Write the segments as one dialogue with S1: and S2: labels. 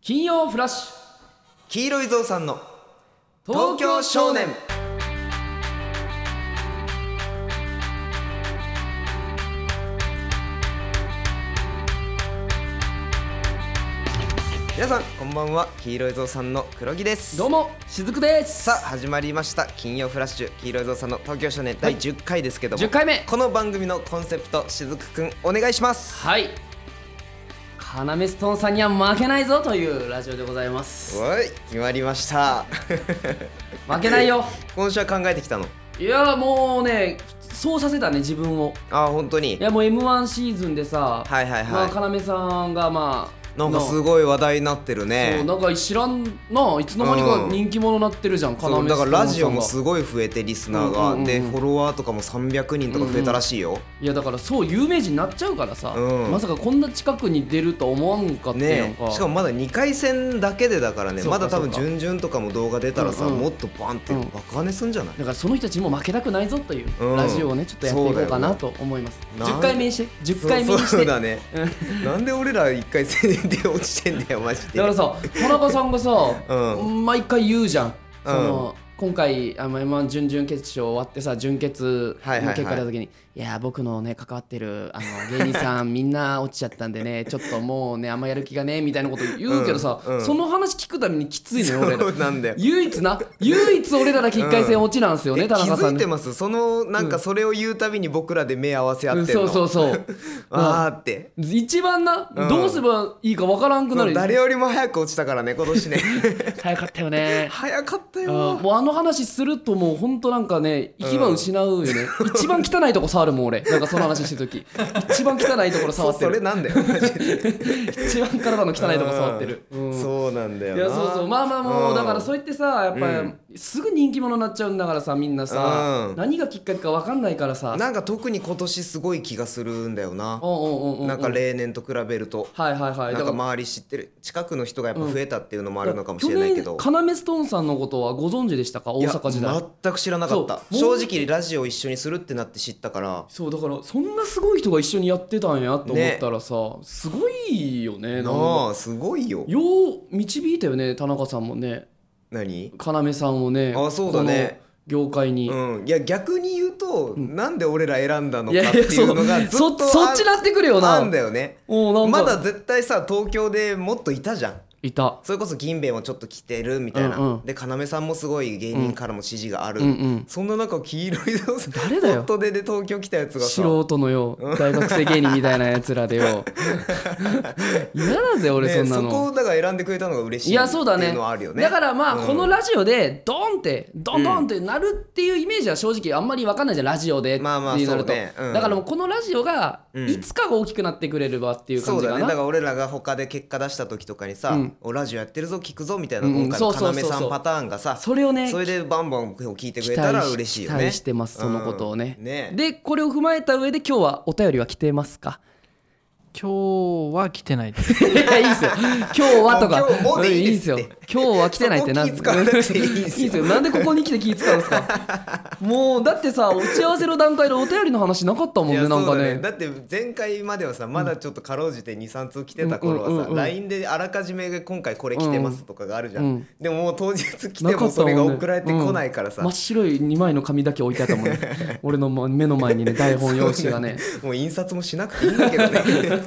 S1: 金曜フラッシュ
S2: 黄色いぞうさんの
S1: 東京
S2: 東
S1: 少
S2: 京少
S1: 年
S2: 年皆さんこんばんは黄色いぞうさんの黒木です
S1: どうもしずくです
S2: さあ始まりました金曜フラッシュ黄色いぞうさんの東京少年第10回ですけども、
S1: 10回目
S2: この番組のコンセプトしずくくんお願いします
S1: はいカナメストーンさんには負けないぞというラジオでございます
S2: おい決まりました
S1: 負けないよ
S2: 今週は考えてきたの
S1: いやもうねそうさせたね自分を
S2: あー本当に
S1: いやもう m 1シーズンでさ
S2: はいはいはい
S1: まあ、カナメさんがまあ
S2: なんかす
S1: い
S2: ごい話題になってる
S1: そう
S2: ね
S1: なんか知らんないつの間にか人気者になってるじゃん、カナ
S2: そう
S1: メスト
S2: だ
S1: ーン
S2: か
S1: さん
S2: らラジオ
S1: が
S2: もすごい増えてリスナーが、
S1: うんうんうんうん
S2: でフォロワーとかも300人とか増えたらしいよ、
S1: いやだからそう有名人になっちゃうからさ、
S2: うん
S1: まさかこんな近くに出るとは思わんかったやん
S2: ね
S1: か、
S2: しかもまだ2回戦だけでだからね
S1: そうか
S2: まだ多分
S1: そう
S2: 準々とかも動画出たらさ、
S1: うんうん
S2: もっとバンって
S1: うん
S2: バカねすんじゃない、
S1: だからその人たちにも負けたくないぞという
S2: うん
S1: ラジオをねちょっとやっていこうかなと思います、
S2: そうだよ
S1: 10回目にして10
S2: そう
S1: 回目にして
S2: そうだねなんで俺ら1回戦で落ちてんだよマジで
S1: だからさ田中さんがさ、
S2: う
S1: 毎回言うじゃん、その今回あの m 1準々決勝終わってさ準決の
S2: はいはいはい
S1: 結果出た時に、いや僕のね関わってるあの芸人さ んみんな落ちちゃったんでねちょっともうねあんまやる気がねみたいなこと言うけどさ、
S2: うんうん
S1: その話聞くためにきついのよ俺ら
S2: そうなんだよ
S1: 唯一な唯一俺らだけ1回戦落ちなんですよね、
S2: え気
S1: 田中さ
S2: づ
S1: ん
S2: い
S1: ね
S2: てますそのなんかそれを言うたびに僕らで目合わせ合って
S1: うんん
S2: の、
S1: そうそうそう
S2: あーって
S1: うん一番な、
S2: うん
S1: どうすればいいかわからんくなる
S2: 誰よりも早く落ちたからね今年 ね
S1: 早かったよね
S2: 早かった
S1: あ
S2: よ
S1: ーもうあの話するともうほんとなんかね行き場失うよね、一番汚いとこ触るもん俺なんかその話してる時一番汚いところ触
S2: そう
S1: って
S2: それ
S1: る
S2: な んだよマジで
S1: 一番体の汚いとこ触ってる、
S2: うん
S1: うん
S2: そうなんだよ
S1: い
S2: な
S1: やそうそうまあまあもうだから
S2: う
S1: そう言ってさやっぱり、すぐ人気者になっちゃうんだからさみんなさ、
S2: うん
S1: 何がきっかけか分かんないからさ
S2: んなんか特に今年すごい気がするんだよな
S1: おうおうおうおう
S2: なんか例年と比べると
S1: はいはいはい
S2: なんか周り知ってる近くの人がやっぱ増えたっていうのもあるのかもしれないけど
S1: 去年要ストーンさんのことはご存知でしたか大
S2: いや
S1: 阪時代
S2: 全く知らなかった
S1: そうも
S2: 正
S1: う
S2: 直ラジオ一緒にするってなって知ったから
S1: そうだからそんなすごい人が一緒にやってたんやと思ったらさ、すごいよねなんか
S2: なあすごいよ
S1: よう導いたよね田中さんもね
S2: 何
S1: 要さんをね
S2: あそうだね
S1: この業界に、
S2: うんいや逆に言うとなんで俺ら選んだの
S1: い
S2: か
S1: や
S2: っ
S1: い
S2: て
S1: や
S2: いうのがずっ
S1: そ
S2: と
S1: そそっちなってくるよ
S2: あ
S1: なん
S2: だよね
S1: おうなんか
S2: まだ絶対さ東京でもっといたじゃん
S1: いた
S2: それこそ銀兵衛もちょっと来てるみたいな、
S1: うんうん
S2: で要さんもすごい芸人からも支持がある、
S1: うんうん
S2: そんな中黄色いぞスポ
S1: 誰だよ
S2: ットでで東京来たやつがさ
S1: 素人のよう大学生芸人みたいなやつらで よ嫌だぜ俺
S2: ね
S1: そんな
S2: そ
S1: の、
S2: こをだから選んでくれたのが嬉しい
S1: いやそうだ
S2: ってい
S1: ね
S2: うのはあるよね
S1: だからまあ、
S2: うん
S1: このラジオでドンってドンドンってなるっていうイメージは正直あんまり分かんないじゃんラジオでって
S2: まあまあ
S1: なると、
S2: そうねうん
S1: だからもうこのラジオが
S2: うん
S1: いつか大きくなってくれればっていう感
S2: そう
S1: じ
S2: だ
S1: か
S2: ねだ
S1: な、
S2: から俺らが他で結果出した時とかにさ「
S1: うん
S2: おラジオやってるぞ聞くぞ」みたいな
S1: うんうん
S2: 今回
S1: そう
S2: の
S1: そうそう
S2: 要
S1: そう
S2: さんパターンがさ
S1: それをね
S2: それでバンバン聞いてく
S1: 期
S2: れたら
S1: 待
S2: 嬉しい
S1: し
S2: よ
S1: 期
S2: ね
S1: 待してますそのことをね,、
S2: うんね
S1: でこれを踏まえた上で今日はお便りは来てますか
S3: 今日は来てないです。
S1: いやいいっすよ今日はとか
S2: もう今日もでいいです
S1: う
S2: っ
S1: ん
S2: て
S1: いいっすよ今日は来てないってなん
S2: そこ気使わなくてい いっすよ
S1: っすよなんでここに来て気使うんですかもうだってさ打ち合わせの段階でお便りの話なかったもん
S2: いや
S1: ねなんかね
S2: そうだねだって前回まではさまだちょっとかろうじて23通来てた頃はさ、
S1: うんうんうんうん
S2: LINE であらかじめ今回これ来てますとかがあるじゃん、
S1: うんうん
S2: でももう当日来
S1: な
S2: て
S1: か
S2: も
S1: った
S2: そ
S1: もんね
S2: れが送られてこないからさ、
S1: 真っ白い2枚の紙だけ置いてあったもんね俺のも目の前にね台 本用紙がね
S2: もう印刷もしなくていいんだけど ね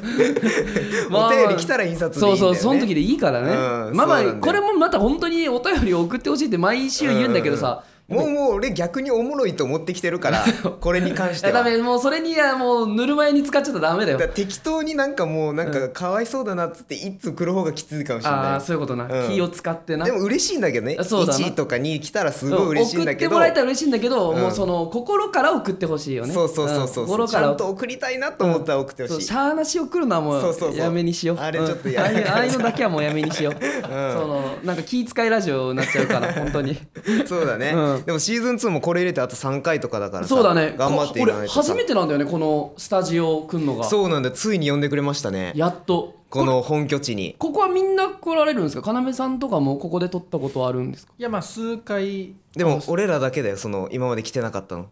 S1: まあ
S2: お便り来たら印刷でいいんだ
S1: そうそ
S2: よ、ね、
S1: うその時でいいからね、
S2: うん
S1: まあま
S2: そ
S1: あ
S2: うなんだよ
S1: これもまた本当にお便りを送ってほしいって毎週言うんだけどさ、
S2: もうもう俺逆におもろいと思ってきてるからこれに関 し
S1: いや
S2: て
S1: ダ
S2: は。
S1: メもうそれにはもうぬるま湯に使っちゃったらダメだよ
S2: だから適当になんかもうなんかかわいそうだなっつって一通来る方がきついかもしれ
S1: あ
S2: な
S1: あそういうことな、
S2: うん
S1: 気を使ってない
S2: でも嬉しいんだけどね
S1: あそうだな
S2: 1位とか2位来たらすごい嬉しいんだ
S1: 送
S2: けど
S1: ってもらえたら嬉しいんだけど、
S2: うん
S1: もうその心から送ってほしいよね
S2: そうそうそうそ
S1: ん
S2: う、
S1: 心
S2: ち
S1: か
S2: ゃ
S1: ら
S2: んと送りたいなと思ったら送って
S1: そ
S2: ほ
S1: う
S2: し
S1: し
S2: い、
S1: ゃーなし送るのはも
S2: そうそうそう
S1: うやめにしよう
S2: あれちょっと
S1: うん
S2: や
S1: ああ
S2: め
S1: いうああいうのだけはもうやめにしよう、そのなんか気遣いラジオになっちゃう から本当に
S2: そうだね、
S1: うん
S2: でもシーズン2もこれ入れてあと3回とかだからさ
S1: そうだね
S2: 頑張っていかない
S1: 俺
S2: と
S1: 初
S2: さ
S1: めてなんだよねこのスタジオ来んのが
S2: そうなんだついに呼んでくれましたね
S1: やっと
S2: この本拠地に
S1: ここはみんな来られるんですか要さんとかもここで撮ったことあるんですか
S3: いやまあ数回
S2: でも俺らだけだよその今まで来てなかったの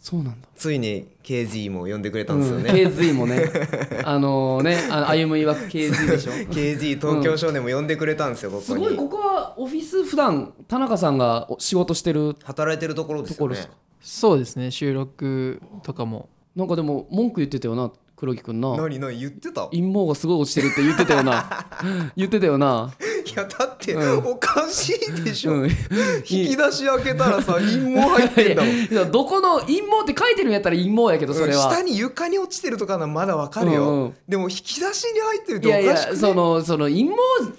S1: そうなんだ
S2: ついに KZ も呼んでくれた
S1: うん
S2: ですよ
S1: ん、
S2: ね、
S1: KZ もねあのねあの歩むいわく KZ でしょ
S2: KZ 東京少年も呼んでくれたんですよこ
S1: す
S2: こ
S1: ごい
S2: に
S1: ここはオフィス普段田中さんがお仕事してる
S2: 働いてるところです
S1: とこ
S2: よ
S1: ろで
S2: ね
S1: すか
S3: そうですね収録とかも
S1: なんかでも文句言ってたよな黒木くんな
S2: 何何言ってたい
S1: 陰謀がすごい落ちてるって言ってたよ な言ってたよな、
S2: やだって
S1: うん
S2: おかしいでしょ、
S1: うん、
S2: 引き出し開けたらさ陰謀入ってんだもん
S1: いやどこの陰謀って書いてるんやったら陰謀やけど それは、
S2: 下に床に落ちてるとかなまだわかるよ、
S1: うんうん
S2: でも引き出しに入ってるっ
S1: いやい
S2: ておかしく
S1: やそのその陰謀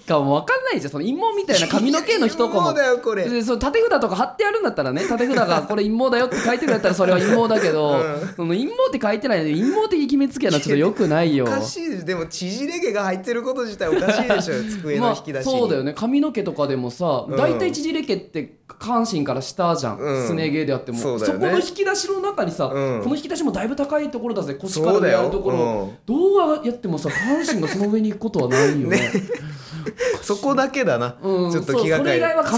S1: かも分かんないじゃんその陰謀みたいな髪の毛の一コ
S2: そ
S1: マ
S2: うだよこれ、
S1: でその縦札とか貼ってあるんだったらね縦札がこれ陰謀だよって書いてるんだったらそれは陰謀だけど、
S2: うん
S1: その陰謀って書いてないので陰謀的決めつけはなちょっとよくないよ
S2: おかしいですでも縮れ毛が入ってること自体おかしいで しょ机の
S1: まあ
S2: 引き出しに、
S1: そうだよね髪の毛とかでもさ
S2: うん
S1: 大体縮れ毛って下半身から下じゃん、
S2: うん
S1: すね毛であっても
S2: そうだよね
S1: この引き出しの中にさ、
S2: うん
S1: この引き出しもだいぶ高いところだぜ腰か
S2: そ
S1: ら
S2: う
S1: 上
S2: だ
S1: あ
S2: よ
S1: るところ、
S2: うん
S1: どうやってもさ下半身がその上に行くことはない よね
S2: そこだけだな、
S1: うん
S2: ちょっと気が
S1: そう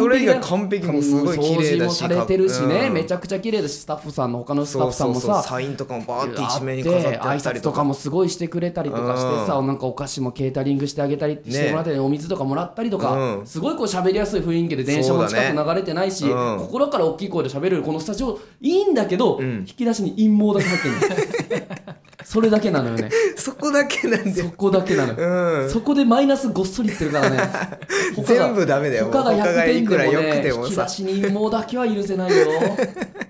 S1: それ
S2: か
S1: 以
S2: り
S1: 外は完璧だよ
S2: それ以外完璧もうすごい綺麗だし
S1: 掃除もされてるしね、
S2: うん
S1: めちゃくちゃ綺麗だしスタッフさんの他のスタッ
S2: そう
S1: フさん
S2: そう
S1: も
S2: そう
S1: さ
S2: サインとかもバーって
S1: あ
S2: 一
S1: って
S2: 面に飾ってあ
S1: 挨
S2: ったり
S1: 拶
S2: と
S1: とか
S2: か
S1: もすごいしてくれたりとかしてさ、なんかお菓子もケータリングしてあげたりしてもらったり、お水とかもらったりとか、
S2: うん
S1: すごいこう喋りやすい雰囲気で電車も近く流れてないし、
S2: そうだねうん
S1: 心から大きい声で喋れるこのスタジオいいんだけど、
S2: うん
S1: 引き出しに陰謀だけ入ってるの それだけなのよね
S2: そこだけなんだ
S1: そ
S2: よ、
S1: こだけなのよ、
S2: うん、
S1: そこでマイナスごっそりいってるから ね他が
S2: 全部ダメだよ
S1: 他が
S2: 他
S1: 100
S2: がい
S1: 点
S2: くら
S1: でも
S2: 良
S1: ね
S2: くても
S1: 引き
S2: さ
S1: 出しに陰謀だけは許せない よ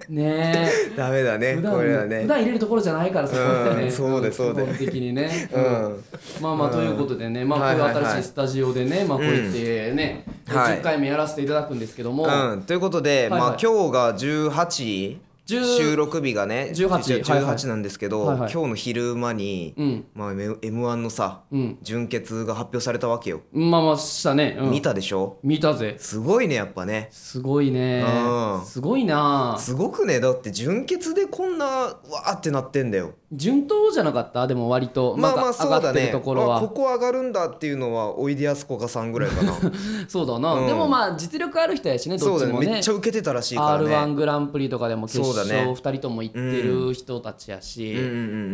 S1: ねえ
S2: ダメだね
S1: 普
S2: これは
S1: 段、
S2: ね
S1: 普段入れるところじゃないからそこってね、
S2: うんそうだそうだ
S1: 基本的にね、
S2: うん
S1: まあまあということでね、まあこういう
S2: はいはいはい
S1: 新しいスタジオでね、まあこうやってね、
S2: はい
S1: 10回目やらせていただくんですけども、
S2: うん、ということ
S1: は
S2: で、
S1: いはい
S2: まあ、今日が18
S1: 10
S2: 収録日がね
S1: 18
S2: 実
S1: は
S2: はい
S1: はい
S2: 18なんですけど、
S1: はいはい
S2: 今日の昼間に、
S1: うん
S2: まあ、M 1のさ、
S1: うん
S2: 準決が発表されたわけよ、
S1: まあまあしたね、うん
S2: 見たでしょ
S1: 見たぜ、
S2: すごいねやっぱね
S1: すごいね
S2: う、ん
S1: すごいな、
S2: すごくねだって準決でこんなわーってなってんだよ
S1: 順当じゃなかった、でも割と
S2: まあ
S1: なん
S2: ま
S1: か
S2: あそう
S1: 上が
S2: だ
S1: ってる
S2: ね
S1: ところ
S2: あこ
S1: は、
S2: こ上がるんだっていうのはおいでやすこがさんぐらい かな
S1: そうだな、
S2: うん
S1: でもまあ実力ある人やしね、
S2: そ
S1: どっ
S2: う
S1: ち
S2: だね
S1: も
S2: め
S1: ね
S2: っち。ゃ受けてたらしいから
S1: R1
S2: ね
S1: グランプリとかでも決
S2: そう
S1: 勝
S2: だね
S1: 2人とも行ってる人たちやし、
S2: うんうん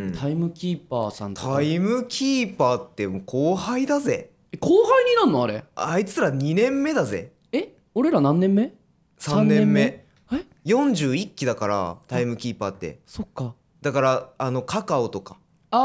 S2: うん
S1: タイムキーパーさんとか
S2: タイムキーパーってもう後輩だぜ
S1: え後輩になんのあれ
S2: あいつら2年目だぜ
S1: え俺ら何年目
S2: 3年目
S1: 三年目え
S2: 41期だからタイムキーパーって
S1: そっか
S2: だからあのカカオとか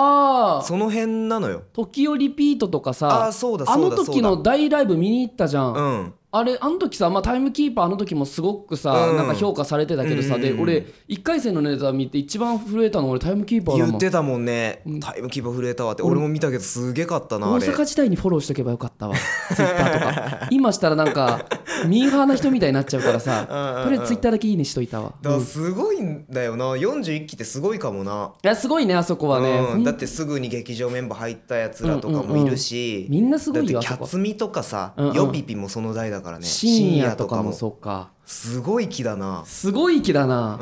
S1: ああ
S2: その辺なのよ
S1: 時をリピートとかさ
S2: あーそうだ
S1: あ
S2: そう
S1: の
S2: だそ
S1: 時
S2: うだ
S1: の大ライブ見に行ったじゃん、
S2: うん
S1: あれあの時さ、まあ、タイムキーパーあの時もすごくさ、
S2: うん
S1: なんか評価されてたけどさ、
S2: うんうん
S1: で
S2: うん
S1: 俺1回戦のネタ見て一番震えたの俺タイムキーパーだ
S2: 言
S1: も
S2: っ
S1: ん
S2: てたもんねタイムキーパー震えたわって俺も見たけどすげえかったな
S1: 大
S2: あれ
S1: 阪時代にフォローしとけばよかったわツイッター とか今したらなんかミーハーな人みたいになっちゃうからさ
S2: うんうんうん
S1: とりあえずツイッターだけいいねしといたわ
S2: だからすごいんだよな41期ってすごいかもない
S1: やすごいねあそこはね、
S2: うんだってすぐに劇場メンバー入ったやつらとかもいるし
S1: みんなすご
S2: だっ
S1: い
S2: てキ
S1: よ
S2: ャ
S1: あそこ
S2: ツミとかさ
S1: うんうん
S2: ヨピピもその代だからね
S1: 深夜とかもそうか
S2: すごい期だな
S1: すごい気だな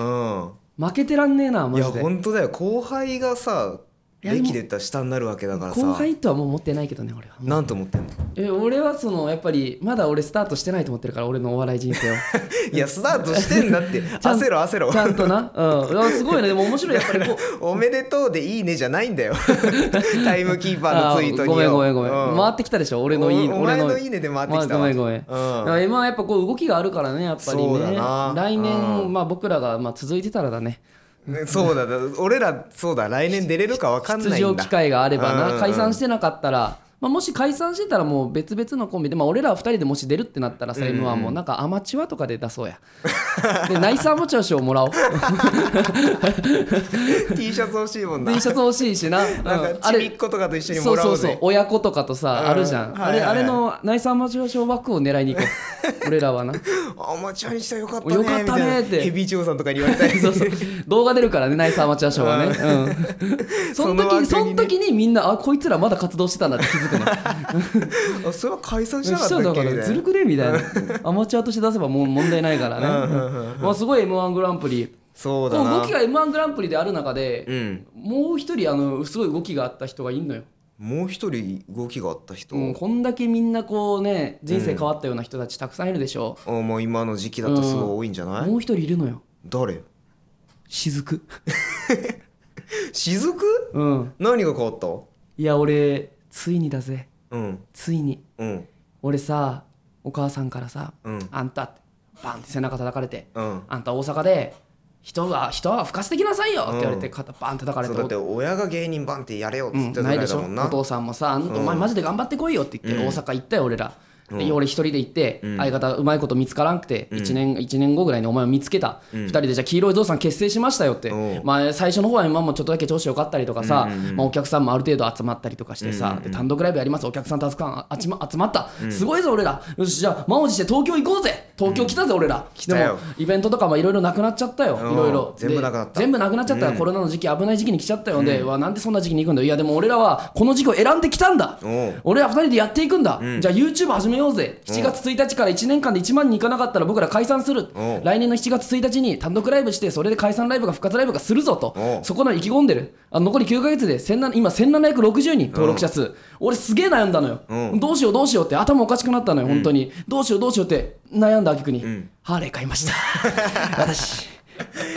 S2: うん
S1: 負けてらんねえないマ
S2: や
S1: ジで
S2: 本当だよ後輩がさ
S1: いやでも
S2: 歴で言ったら下になるわけだからさ
S1: 後輩とはもう思ってないけどね俺は
S2: なんと思ってんの
S1: え俺はそのやっぱりまだ俺スタートしてないと思ってるから俺のお笑い人 生を
S2: いやスタートしてんだって
S1: ゃん
S2: 焦ろ焦 ろ
S1: ちゃんとなうんいやすごいねでも面白いやっぱりこう
S2: おめでとうでいいねじゃないんだよ タイムキーパーのツイートに
S1: ごめんごめんごめん、
S2: うん
S1: 回ってきたでしょ俺のいい
S2: おお
S1: 俺
S2: 前のいいねで回ってきたわ
S1: ごめんごめん、
S2: う
S1: だ
S2: ん
S1: から今はやっぱこう動きがあるからねやっぱり
S2: そうだ
S1: ね
S2: な
S1: 来年、
S2: うん
S1: まあ僕らがまあ続いてたらだね
S2: ねそうだだ俺らそうだ来年出れるか分かん
S1: 出
S2: ない
S1: 場
S2: ん
S1: 機
S2: だ
S1: 会があれば
S2: うんうんう
S1: なん解散してなかったら、まあ、もし解散してたらもう別々のコンビで、まあ、俺ら2人でもし出るってなったらさ、m 1もなんかアマチュアとかで出そうやでナイスアマチュア賞もらお う
S2: T シャツ欲しいもんな
S1: T シャツ欲しいしな,、うん
S2: なんか
S1: あ
S2: ちび
S1: れ
S2: っ子とかと一緒に
S1: そ
S2: も
S1: う
S2: ら
S1: そ
S2: おう
S1: うそう
S2: ぜ
S1: 親子とかとさ、
S2: うん
S1: あるじゃん、
S2: はいはいはい
S1: あれあれのナイスアマチュア賞枠を狙いに行こ う俺らはな
S2: あアマチュアにしたらよかった
S1: よ
S2: ね
S1: かったね
S2: みいな
S1: って
S2: ヘビー長さんとかに言われた り
S1: そうそう動画出るからねナイスアマチュア賞はね、 うん、その時に
S2: そ
S1: そ
S2: の枠に
S1: の
S2: ね
S1: 時にみんなあこいつらまだ活動してたんだって気 づくの
S2: あそれは解散し
S1: そう
S2: なかったっ
S1: だ
S2: け
S1: か
S2: みたい
S1: ら
S2: な
S1: ずるくねみたい なアマチュアとして出せばもう問題ないからねまあすごい m 1グランプリ
S2: そう
S1: こ
S2: だ
S1: の
S2: な
S1: 動きが m 1グランプリである中で
S2: うん
S1: もう一人あのすごい動きがあった人がいんのよ、
S2: もう一人動きがあった人、
S1: うん、こんだけみんなこうね人生変わったような人たちたくさんいるでしょ、
S2: あもう今の時期だとすごい多いんじゃない、
S1: もう一人いるのよ
S2: 誰
S1: 雫
S2: 雫
S1: うん
S2: 何が変わった
S1: いや俺ついにだぜ
S2: うん
S1: ついに
S2: うん
S1: 俺さお母さんからさ「
S2: うん
S1: あんた」ってバンって背中叩かれて
S2: うん
S1: 「あんた大阪で人は人は吹かせてきなさいよ」って言われ
S2: う
S1: て
S2: ん
S1: 肩バンって叩かれ
S2: そ
S1: て
S2: うだって親が芸人バンってやれよっ
S1: う
S2: て言っ
S1: ん
S2: てた
S1: な
S2: ぐ
S1: い
S2: ら
S1: で
S2: い
S1: し
S2: だ
S1: ょ
S2: もんな、
S1: お父さんもさ「あのお前マジで頑張ってこいよ」って言って、
S2: うん
S1: 大阪行ったよ俺ら、で俺一人で行って、
S2: うん
S1: 相方うまいこと見つからんくて、一年一年後ぐらいにお前を見つけた、
S2: うん
S1: 二人でじゃあ黄色いゾウさん結成しましたよって、
S2: おう
S1: まあ、最初の方は今もちょっとだけ調子良かったりとかさ、
S2: うんうんうん
S1: まあ、お客さんもある程度集まったりとかしてさ、
S2: うんうんうん
S1: で単独ライブやりますお客さんたくさんあ集ま集まった、すごいぞ俺らよしじゃあ満を持して東京行こうぜ東京来たぜ俺ら、
S2: 来
S1: で
S2: たよ
S1: もイベントとかもいろいろなくなっちゃったよ
S2: うん
S1: いろいろ
S2: 全部なくなった
S1: 全部なくなっちゃった、コロナの時期危ない時期に来ちゃったよで、うわなんでそんな時期に行くんだいやでも俺らはこの時期を選んできたんだ
S2: おう
S1: 俺ら二人でやっていくんだ、
S2: うん
S1: じゃあ YouTube 始めようぜ7月1日から1年間で1万人いかなかったら僕ら解散する
S2: おう
S1: 来年の7月1日に単独ライブしてそれで解散ライブが復活ライブがするぞ
S2: お
S1: と
S2: う
S1: そこの意気込んでるあ残り9ヶ月で1700今1760人登録者数、俺すげえ悩んだのよ、
S2: うん
S1: どうしようどうしようって頭おかしくなったのよ本当に、どうしようどうしようって悩んだ挙句に、
S2: ん
S1: ハーレー買いました 私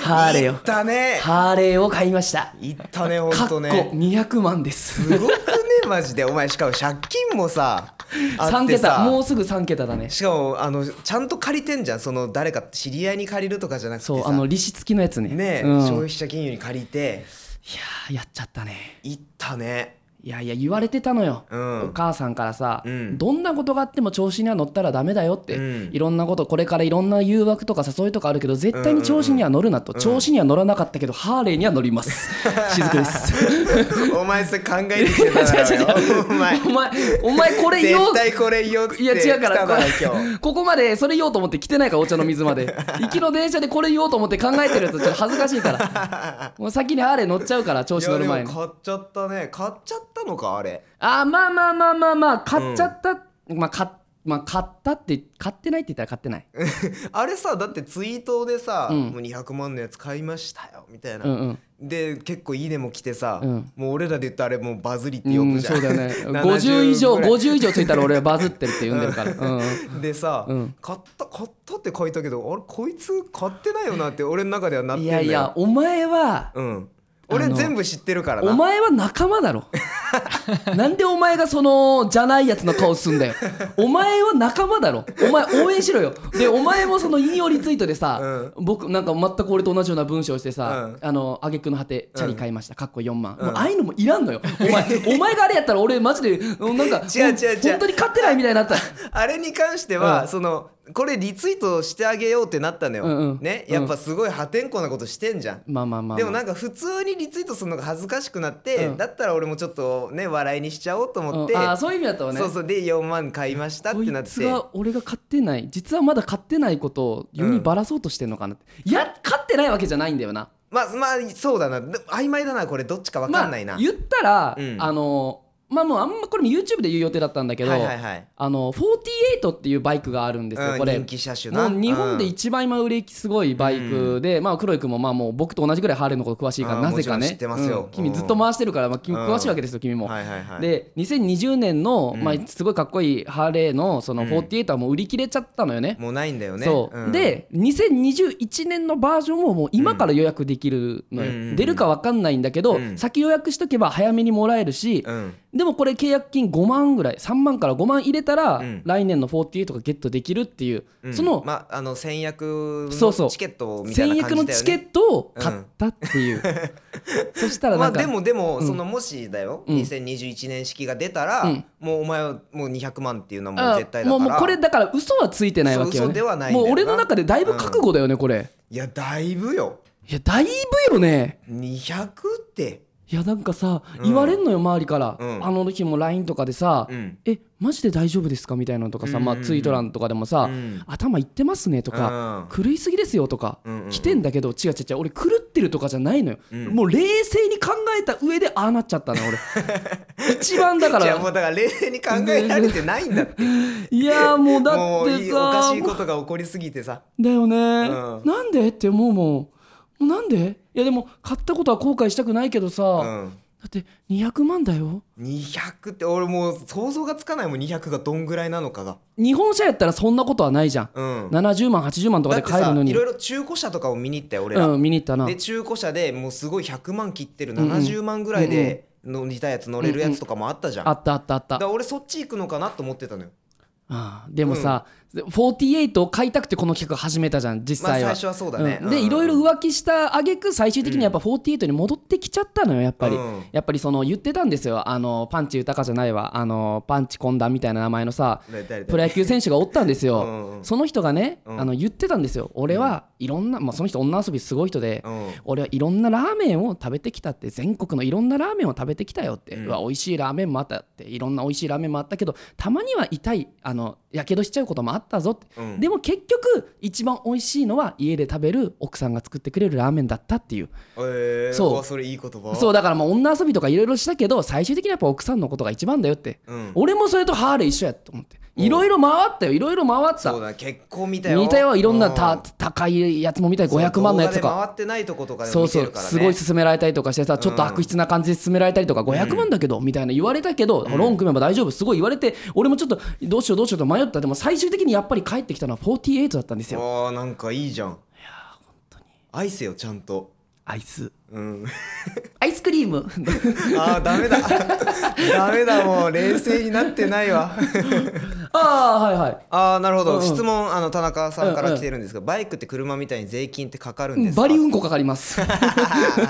S1: ハーレー
S2: 行
S1: を
S2: ったね
S1: ハーレーを買いました
S2: 行ったねほ
S1: か
S2: ん
S1: っ
S2: と
S1: こ
S2: ね
S1: 200万です
S2: すごくね マジでお前しかも借金もさあっ
S1: 3
S2: て
S1: 桁もう
S2: さ
S1: すぐ3桁だね
S2: しかもあのちゃんと借りてんじゃんその誰か知り合いに借りるとかじゃなくてさ
S1: そうあの利子付きのやつね
S2: ねえ、
S1: うん、い
S2: 消
S1: や
S2: 費者金融に借りて
S1: ーやっちゃったね
S2: 行ったね
S1: いやいや言われてたのよ、
S2: うん
S1: お母さんからさ、
S2: うん
S1: どんなことがあっても調子には乗ったらダメだよって、
S2: うん
S1: いろんなことこれからいろんな誘惑とか誘いとかあるけど絶対に調子には乗るなと、調子には乗らなかったけど、ハーレーには乗ります しずくです
S2: お前それ考えてきてただ ろうよお前
S1: お前お前これ言お
S2: 絶
S1: う
S2: 対これ言おうっつって
S1: いや違うから
S2: 来ただろ今日
S1: ここまでそれ言おうと思って来てないからお茶の水まで行きの電車でこれ言おうと思って考えてるやつちょっと恥ずかしいからもう先にハーレー乗っちゃうから調子乗る前
S2: いや
S1: に
S2: でも買っちゃったね買っちゃったのかあれ
S1: あまあまあまあまあまあ買っちゃった、まあ買っまあ買ったって買ってないって言ったら買ってない
S2: あれさだってツイートでさ、
S1: うん
S2: もう200万のやつ買いましたよみたいな、
S1: うんうん
S2: で結構「いいね」も来てさ、
S1: うん
S2: もう俺らで言ったらあれもうバズりって
S1: う
S2: 呼ぶ
S1: ん
S2: じゃ
S1: そ
S2: ん、
S1: うだよね
S2: 70
S1: 50以上
S2: ぐらい
S1: 50以上ついたら俺はバズってるって呼んでるから、うんうん
S2: でさ、
S1: うん
S2: 買った買ったって書いたけどあれこいつ買ってないよなって俺の中ではなって
S1: い
S2: んだ
S1: や
S2: よ
S1: いやお前は
S2: うん俺
S1: あの
S2: 全部知ってるからな
S1: お前は仲間だろ なんでお前がそのじゃないやつの顔すんだよお前は仲間だろお前応援しろよでお前もその引用リツイートでさ、僕なんか全く俺と同じような文章をしてさ、
S2: う
S1: あの挙句の果てチャリ買いました、かっこ4万、
S2: うん
S1: もうああいうのもいらんのよお 前お前があれやったら俺マジでなんか
S2: 違う違う違う
S1: 本当に勝ってないみたいになった
S2: あれに関しては、
S1: うん
S2: そのこれリツイートしてあげようってなったのよ、
S1: うんうん
S2: ね
S1: うん
S2: やっぱすごい破天荒なことしてんじゃん、
S1: まあまあまあ、まあ、
S2: でもなんか普通にリツイートするのが恥ずかしくなって、
S1: うん
S2: だったら俺もちょっとね笑いにしちゃおうと思って、
S1: うんああそういう意味だったわね
S2: そうそうで4万買いましたってなっ
S1: こいつ
S2: て
S1: は俺が買ってない実はまだ買ってないことを世にばらそうとしてんのかなって、いや買ってないわけじゃないんだよな
S2: まあまあそうだなで曖昧だなこれどっちか分かんないな、
S1: まあ、言ったら、
S2: うん
S1: あのまあもうあんまこれも YouTube で言う予定だったんだけど、
S2: はいはいはい、
S1: あの48っていうバイクがあるんですよ、
S2: うん
S1: これ
S2: 人気車種
S1: も
S2: な
S1: う日本で
S2: うん
S1: 一番今売れ行きすごいバイクで、まあ黒井君もまあもう僕と同じぐらいハーレーのこと詳しいから
S2: あー
S1: なぜか
S2: もちろん
S1: ね
S2: 知ってますよ
S1: うん君ずっと回してるから、まあ、君
S2: うん
S1: 詳しいわけですよ君も、
S2: はいはいはい
S1: で2020年の、まあ、すごいかっこいいハーレーのその48はもう売り切れちゃったのよね、
S2: もうないんだよね
S1: そう、
S2: ん
S1: で2021年のバージョンももう今から予約できるのよ、
S2: うんうんうんうん
S1: 出るか分かんないんだけど、
S2: うん
S1: 先予約しとけば早めにもらえるし、
S2: うん
S1: でもこれ契約金5万ぐらい3万から5万入れたら、
S2: うん
S1: 来年の48とかゲットできるっていう、
S2: うん
S1: その
S2: まああの先約
S1: そうそ
S2: の
S1: う
S2: チケットみたい
S1: 先
S2: な
S1: 約
S2: 感じだよ
S1: の
S2: ね
S1: チケットを買ったっていう、 そしたら
S2: ま
S1: な
S2: あ
S1: んか、
S2: でもでもそのもしだよ、
S1: うん
S2: 2021年式が出たら、
S1: うん
S2: もうお前はもう200万っていうのはもう
S1: あ
S2: 絶対だ
S1: も
S2: か
S1: うもう
S2: ら
S1: これだから嘘はついてないわけよ、ね、
S2: そう嘘ではないんだ
S1: も
S2: よ
S1: う
S2: な
S1: 俺の中でだいぶ覚悟だよねこれ、
S2: いやだいぶよ
S1: いやだいぶよね
S2: 200って
S1: いやなんかさ、
S2: うん
S1: 言われんのよ周りから、
S2: うん
S1: あの時も LINE とかでさ「
S2: うん
S1: えマジで大丈夫ですか?」みたいなのとかさ、
S2: うんうんうん
S1: まあ、ツイート欄とかでもさ「
S2: うん
S1: 頭いってますね」とか「狂いすぎですよ」とか、
S2: うんうんうん
S1: 来てんだけど違う違う違う俺狂ってるとかじゃないのよ、
S2: うん
S1: もう冷静に考えた上でああなっちゃったの 俺一番だか
S2: じゃあもう
S1: ら
S2: だから冷静に考えられてないんだ って
S1: いやもうだ
S2: も
S1: っ
S2: うい
S1: て
S2: い
S1: さ
S2: おかしいことが起こりすぎてさ
S1: だよね、
S2: うん
S1: なんでって思うもんもうなんでいやでも買ったことは後悔したくないけどさ、
S2: うん
S1: だって200万だよ
S2: 200って俺もう想像がつかないもん200がどんぐらいなのかが
S1: 日本車やったらそんなことはないじゃん、
S2: うん
S1: 70万80万とか
S2: だ
S1: で
S2: って
S1: 買え
S2: さ
S1: るの
S2: い
S1: に
S2: ろいろ中古車とかを見に行ったよ俺ら、
S1: うん見に行ったな
S2: で中古車でもうすごい100万切ってる70万ぐらいで乗りたいやつ乗れるやつとかもあったじゃん、
S1: あったあったあった
S2: だから俺そっち行くのかなと思ってたのよ
S1: ああでもさ、48を買いたくてこの企画始めたじゃん実
S2: まあ
S1: 際
S2: 最
S1: は、
S2: 初はそうだね、
S1: うんでいろいろ
S2: やっ
S1: 浮気した挙句最終的にやっぱ48に戻ってきちゃったのよやっぱり、
S2: うん
S1: やっぱりその言ってたんですよあのパンチ豊かじゃないわあのパンチ込んだみたいな名前のさプロ野球選手がおったんですよ、
S2: うんうん
S1: その人がね、
S2: うん
S1: あの言ってたんですよ俺はいろんな、まあ、その人女遊びすごい人で、
S2: うん
S1: 俺はいろんなラーメンを食べてきたって全国のいろんなラーメンを食べてきたよって、
S2: う
S1: うんわ美味しいラーメンもあったっていろんな美味しいラーメンもあったけどたまには痛いあのやけどしちゃうこともあったぞって、
S2: うん
S1: でも結局一番美味しいのは家で食べる奥さんが作ってくれるラーメンだったっていう
S2: えー、
S1: そう
S2: うわそれいい言葉
S1: そう
S2: う、
S1: だからもう女遊びとかいろいろしたけど最終的にやっぱ奥さんのことが一番だよって、
S2: うん、
S1: 俺もそれとハーレー一緒やと思っていろいろ回ったよいろいろ回った
S2: そうだ結婚見たよ
S1: 見たよいろんなた
S2: う
S1: 高いやつも見たい500万のやつと
S2: そう動
S1: か
S2: 画で回ってないとことかで
S1: そう
S2: も見
S1: そ
S2: てる
S1: う
S2: から、ね、
S1: すごい勧められたりとかしてさちょっと悪質な感じで勧められたりとか500万だけどみたいな言われたけどローン組めば大丈夫すごい言われて俺もちょっとどうしようどうしようと迷ったでも最終的にやっぱり帰ってきたのは48だったんですよ
S2: あーなんかいいじゃんいや本当に愛せよちゃんと
S1: アイス
S2: うん
S1: アイスクリーム
S2: あーダメだ ダメだもう冷静になってないわ
S1: ああはいはい
S2: あーなるほど、
S1: うんうん
S2: 質問あの田中さんから来てるんですが、バイクって車みたいに税金ってかかるんですか
S1: バリうんこかかります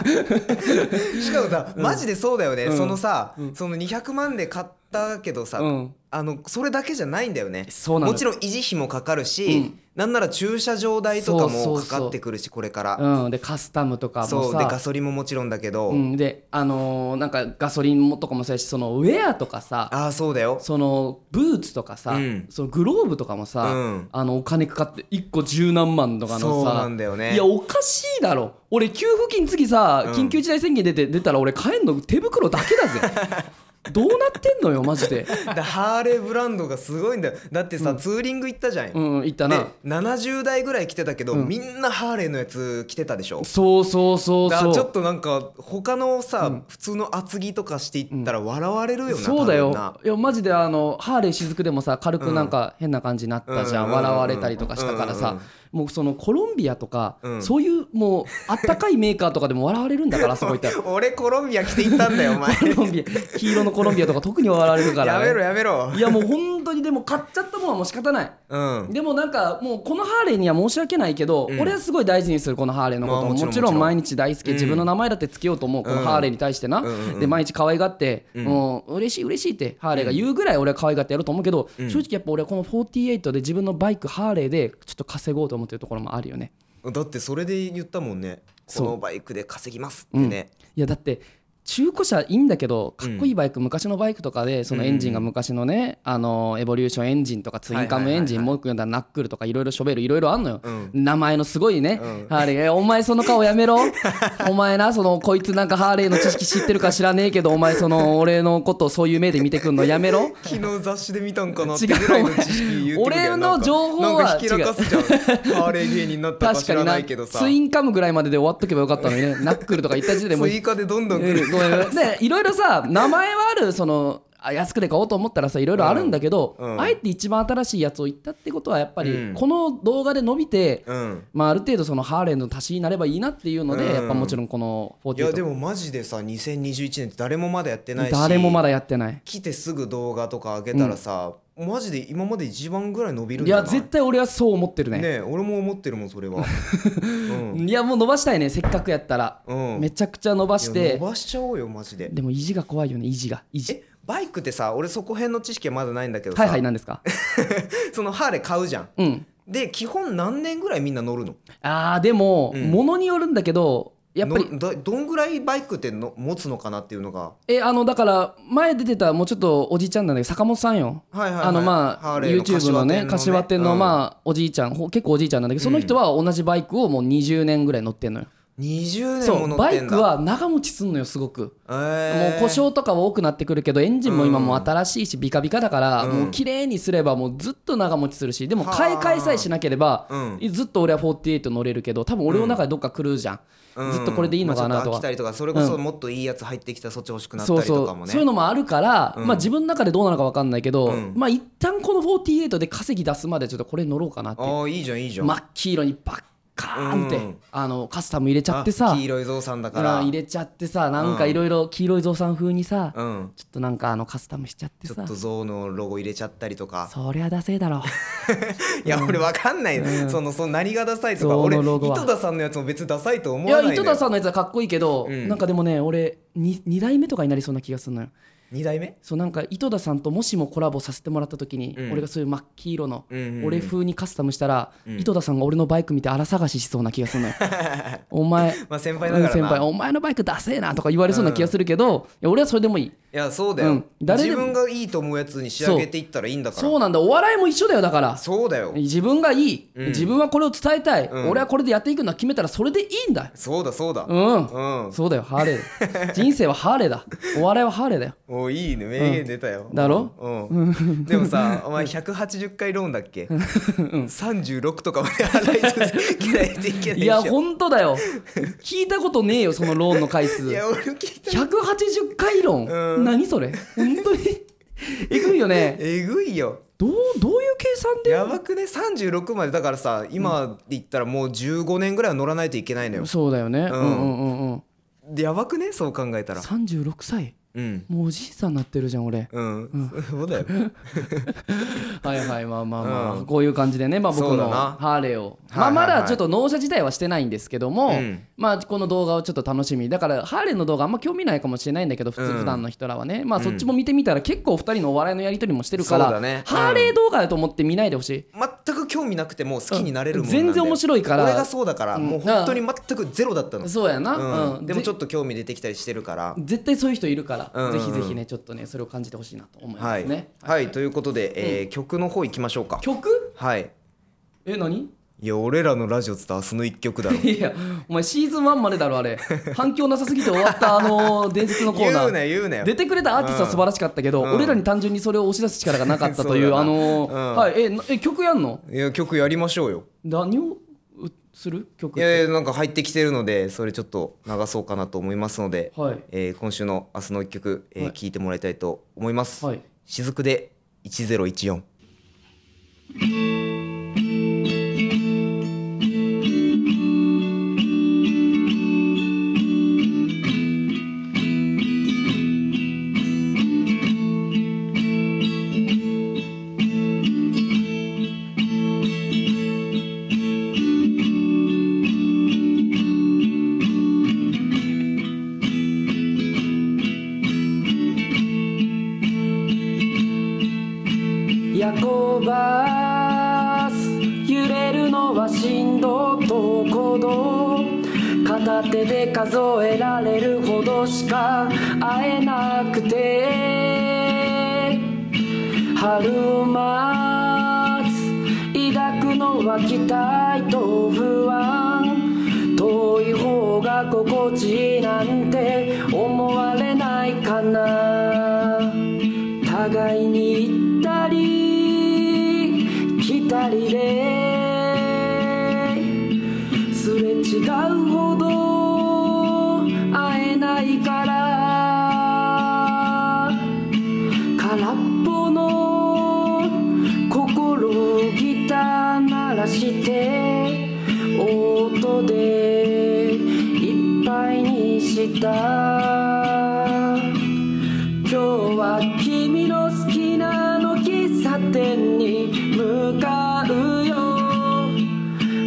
S2: しかもさ、マジでそうだよね、そのさ、その200万で買ったけどさ、
S1: うん
S2: あのそれだけじゃないんだよね
S1: そうなの
S2: もちろん維持費もかかるし、なんなら駐車場代とか
S1: そ
S2: も
S1: うそうそう
S2: かかってくるしこれから、
S1: うんでカスタムとか
S2: そ
S1: も
S2: うでガ
S1: さ
S2: ソリンももちろんだけど、
S1: うんであのーなんかガソリンもとかもそうやしそのウェアとかさ
S2: ああそうだよ
S1: そのブーツとかさ、
S2: うん
S1: そのグローブとかもさ、
S2: うん
S1: あのお金かかって1個十何万とかのさ
S2: そうなんだよね
S1: いやおかしいだろ俺給付金次さ
S2: うん
S1: 緊急事態宣言出て出たら俺買えんの手袋だけだ ぜどうなってんのよマジで
S2: だハーレーブランドがすごいんだよだってさ、ツーリング行ったじゃん、
S1: うん言った
S2: で
S1: な、
S2: 70代ぐらい来てたけど、みんなハーレーのやつ着てたでしょ
S1: そうそうそう
S2: だから
S1: そう
S2: ちょっとなんか他のさ、普通の厚着とかしていったら笑われるよな、
S1: そうだ
S2: 多分な
S1: よいやマジであのハーレー雫でもさ軽くなんか変な感じになったじゃん、
S2: うん
S1: 笑われたりとかしたから
S2: うん
S1: さ
S2: うん、
S1: もうそのコロンビアとか、
S2: うん
S1: そういうもうあったかいメーカーとかでも笑われるんだからそこ行ったら
S2: 俺コロンビア着ていったんだよ お前
S1: コロンビア黄色のコロンビアとか特に笑われるから、
S2: や
S1: ね、
S2: めろやめろ
S1: いやもう本当にでも買っちゃったものはもう仕方ない
S2: うん
S1: でもなんかもうこのハーレーには申し訳ないけど、
S2: うん
S1: 俺はすごい大事にするこのハーレーのこと、
S2: まあ
S1: も
S2: も
S1: ち
S2: ち
S1: ろ
S2: ろん
S1: ん
S2: もちろん
S1: 毎日大好き、
S2: うん
S1: 自分の名前だってつけようと思うこの
S2: うん
S1: ハーレーに対してな、
S2: うんうんうん
S1: で毎日可愛がって、
S2: うん
S1: もう嬉しい嬉しいってハーレーが言うぐらい俺は可愛がってやろうと思うけど、
S2: うん
S1: 正直やっぱ俺はこの48で自分のバイクハーレーでちょっと稼ごうと思ってるところもあるよね
S2: だってそれで言ったもんねこ
S1: そう
S2: のバイクで稼ぎますってね、
S1: いやだって中古車いいんだけどかっこいいバイク、昔のバイクとかでそのエンジンが昔のね、あのエボリューションエンジンとかツインカムエンジン、
S2: はいはいはいはい
S1: もう一個呼んだらナックルとかいろいろショベルいろいろあんのよ、
S2: うん
S1: 名前のすごいね、
S2: うん
S1: ハーレーえお前その顔やめ ろお前なそのこいつなんかハーレーの知識知ってるか知らねえけどお前その俺のことをそういう目で見てくんのや めろ
S2: 昨日雑誌で見たんかなって
S1: 違う
S2: ぐらいの知識言ってるけど
S1: 俺の情報は
S2: なんかなんかひきらかすじゃんハーレー芸人になったか
S1: 確
S2: 知
S1: からに
S2: な
S1: ない
S2: けどさ
S1: ツインカムぐらいまでで終わっとけばよかったのにねナックルとか言った時点でもう
S2: 追加でどんどん来る、
S1: うんごめんごめ んでいろいろさ名前はあるそのあ安くで買おうと思ったらさいろいろあるんだけど、
S2: うんうん
S1: あえて一番新しいやつを言ったってことはやっぱり、
S2: うん
S1: この動画で伸びて、
S2: うん
S1: まあ、ある程度そのハーレーの足しになればいいなっていうので、
S2: うん
S1: やっぱもちろんこの
S2: いやで
S1: 48
S2: もマジでさ2021年って誰もまだやってないし
S1: 誰もまだやってない。
S2: 来てすぐ動画とか上げたらさ、マジで今まで一番ぐらい伸びるん
S1: い
S2: じゃ
S1: や
S2: ない
S1: 絶対俺はそう思ってるね
S2: ねえ俺も思ってるもんそれ は、うん
S1: いやもう伸ばしたいねせっかくやったら、
S2: うん、
S1: めちゃくちゃ伸ばし
S2: いや
S1: て
S2: 伸ばしちゃおうよマジで
S1: でも意地が怖いよね意地が意地
S2: えバイクってさ俺そこ辺の知識はまだないんだけどさ、
S1: はいはい何ですか
S2: そのハーレー買うじゃん
S1: うん
S2: で基本何年ぐらいみんな乗るの
S1: あーでも、
S2: うん
S1: ものによるんだけどやっぱり
S2: のどどんぐらいバイクっての持つのかなっていうのが
S1: えあのだから前出てたもうちょっとおじいちゃんなんだけど坂本さんよ、
S2: はいはいはい
S1: あのま
S2: ハー
S1: あ
S2: レーの
S1: YouTube のね
S2: 柏
S1: 柏店
S2: 店のね
S1: のまあおじいちゃんほ結構おじいちゃんなんだけどその人は同じバイクをもう20年ぐらい乗ってんのよ、
S2: 20年
S1: そ
S2: も
S1: う
S2: 乗
S1: バ
S2: って
S1: イ
S2: んだ
S1: クは長持ちすんのよすごく、も
S2: え
S1: う
S2: ー
S1: 故障とかは多くなってくるけどエンジンも今もう新しいしビカビカだから、
S2: うん
S1: もう綺麗にすればもうずっと長持ちするしでも
S2: はあ
S1: 買い替えさえしなければ、
S2: う
S1: ずっと俺は48乗れるけど多分俺の中でどっか狂うじゃん、
S2: うん
S1: ずっとこれでいいのかな
S2: まあち
S1: と
S2: ょっ
S1: は
S2: 飽きたりとかそれこそもっといいやつ入ってきたらそっち欲しくなった
S1: そう
S2: り
S1: そ
S2: と
S1: う
S2: かもね
S1: そういうのもあるから、
S2: うん
S1: まあ自分の中でどうなのか分かんないけど、
S2: うん
S1: まあ一旦この48で稼ぎ出すまでちょっとこれ乗ろうかなっていう
S2: ああいいじゃんいいじゃん
S1: 真っ黄色にバッカーンって、
S2: うん
S1: あのカスタム入れちゃってさ
S2: あ黄色いゾウさんだ
S1: う
S2: か
S1: ん
S2: ら
S1: 入れちゃってさなんかいろいろ黄色いゾウさん風にさ、
S2: うん
S1: ちょっとなんかあのカスタムしちゃって
S2: ちょ
S1: さ
S2: っとゾウのロゴ入れちゃったりとか
S1: そりゃダセえだ ろ
S2: いや俺わかんないのそのその何がダサいとか
S1: ゾウ
S2: 俺
S1: の
S2: 井
S1: ロゴは
S2: 戸田さんのやつも別にダサいと思
S1: い
S2: わ
S1: や
S2: ないの
S1: 井戸田さ
S2: ん
S1: んのやつはかっこいいけど、
S2: うん
S1: なんかでもね俺 2, 二代目とかになりそうな気がするのよ
S2: 2代目
S1: そうなんか井戸田さんともしもコラボさせてもらった時に、
S2: うん
S1: 俺がそういう真っ黄色の
S2: うんうんうん
S1: 俺風にカスタムしたら、
S2: うん
S1: 井戸田さんが俺のバイク見て荒探ししそうな気がす るのよお前
S2: まあ先輩だからな
S1: うん先輩お前のバイクダセえなとか言われそうな気がするけど、いや俺はそれでもいい
S2: いやそうだ
S1: う
S2: よ
S1: ん誰
S2: 自
S1: でも
S2: 分がいいと思うやつに仕上げていったらいいんだから
S1: そうなんだお笑いも一緒だよだから
S2: そうだよ
S1: 自分がいい、
S2: うん
S1: 自分はこれを伝えたい、
S2: うん
S1: 俺はこれでやっていくのは決めたらそれでいいんだよ
S2: そうだそうだ
S1: うん、
S2: うん
S1: そうだよハーレ ー人生はハーレーだお笑いはハーレーだよ
S2: おいいね名言出たよ、
S1: だろ
S2: うん、でもさお前180回ローンだっけ、36とかまで払い続けないといけない
S1: い
S2: でしょ
S1: や本当だよ聞いたことねえよそのローンの回数
S2: いや俺聞いた
S1: 180回論、
S2: うん
S1: 何それ本当に えぐいよね
S2: えぐいよ
S1: どうどういう計算で
S2: やばくね36までだからさ今で言ったらもう15年ぐらいは乗らないといけないのよ
S1: そうだよね、う、
S2: うんん
S1: うんうんうん
S2: でやばくねそう考えたら
S1: 36歳
S2: うん
S1: もうおじいさんになってるじゃん俺
S2: うん、そうだよ
S1: はいはいまあまあまあ、
S2: うん
S1: こういう感じでね、まあ、僕
S2: そう
S1: の
S2: だな
S1: ハーレーを、ま
S2: は
S1: あ、
S2: いはいは
S1: ま
S2: い
S1: だちょっと納車自体はしてないんですけども、
S2: うん
S1: まあこの動画をちょっと楽しみだからハーレーの動画あんま興味ないかもしれないんだけど普通
S2: うん
S1: 普段の人らはね、まあそっちも見てみたら結構お二人のお笑いのやり取りもしてるから、
S2: そうだねうん
S1: ハーレー動画だと思って見ないでほしい。
S2: 全く興味なくてもう好きになれるもんなんで
S1: 全然面白いから
S2: 俺がそうだから、もう本当に全くゼロだったの
S1: そうやな、うん
S2: うん、でも
S1: ぜ
S2: ちょっと興味出てきたりしてるから
S1: 絶対そういう人いるから、
S2: うんうんうん
S1: ぜひぜひねちょっとねそれを感じてほしいなと思いま
S2: は
S1: す
S2: い、
S1: ね。
S2: はい、ということで、えー曲の方行きましょうか。
S1: 曲
S2: はい。
S1: え何
S2: いや、俺らのラジオっつったら明日の一曲だろ。
S1: いやお前シーズン1までだろあれ反響なさすぎて終わったあのー伝説のコーナー
S2: 言うなよ言うなよ
S1: 出てくれたアーティストは素晴らしかったけど、
S2: うん
S1: 俺らに単純にそれを押し出す力がなかったとい
S2: そう
S1: う
S2: だな
S1: あのー
S2: うん
S1: はいえなえ曲やんの
S2: いや、曲やりましょうよ。
S1: 何をうする曲
S2: い
S1: って
S2: やいや、なんか入ってきてるので、それちょっと流そうかなと思いますので、
S1: はい
S2: えー今週の明日の一曲、えー
S1: はい
S2: 聞いてもらいたいと思います。
S1: はい
S2: 雫で1014。
S1: 夜行バス揺れるのは振動と鼓動片手で数えられるほどしか会えなくて春を待つ抱くのは期待と不安遠い方が心地いいなんて思われないかな互いに行ったり来たりですれ違うほど会えないから空っぽの心をギター鳴らして音でいっぱいにした今日は君の好きなあの喫茶店に向かうよ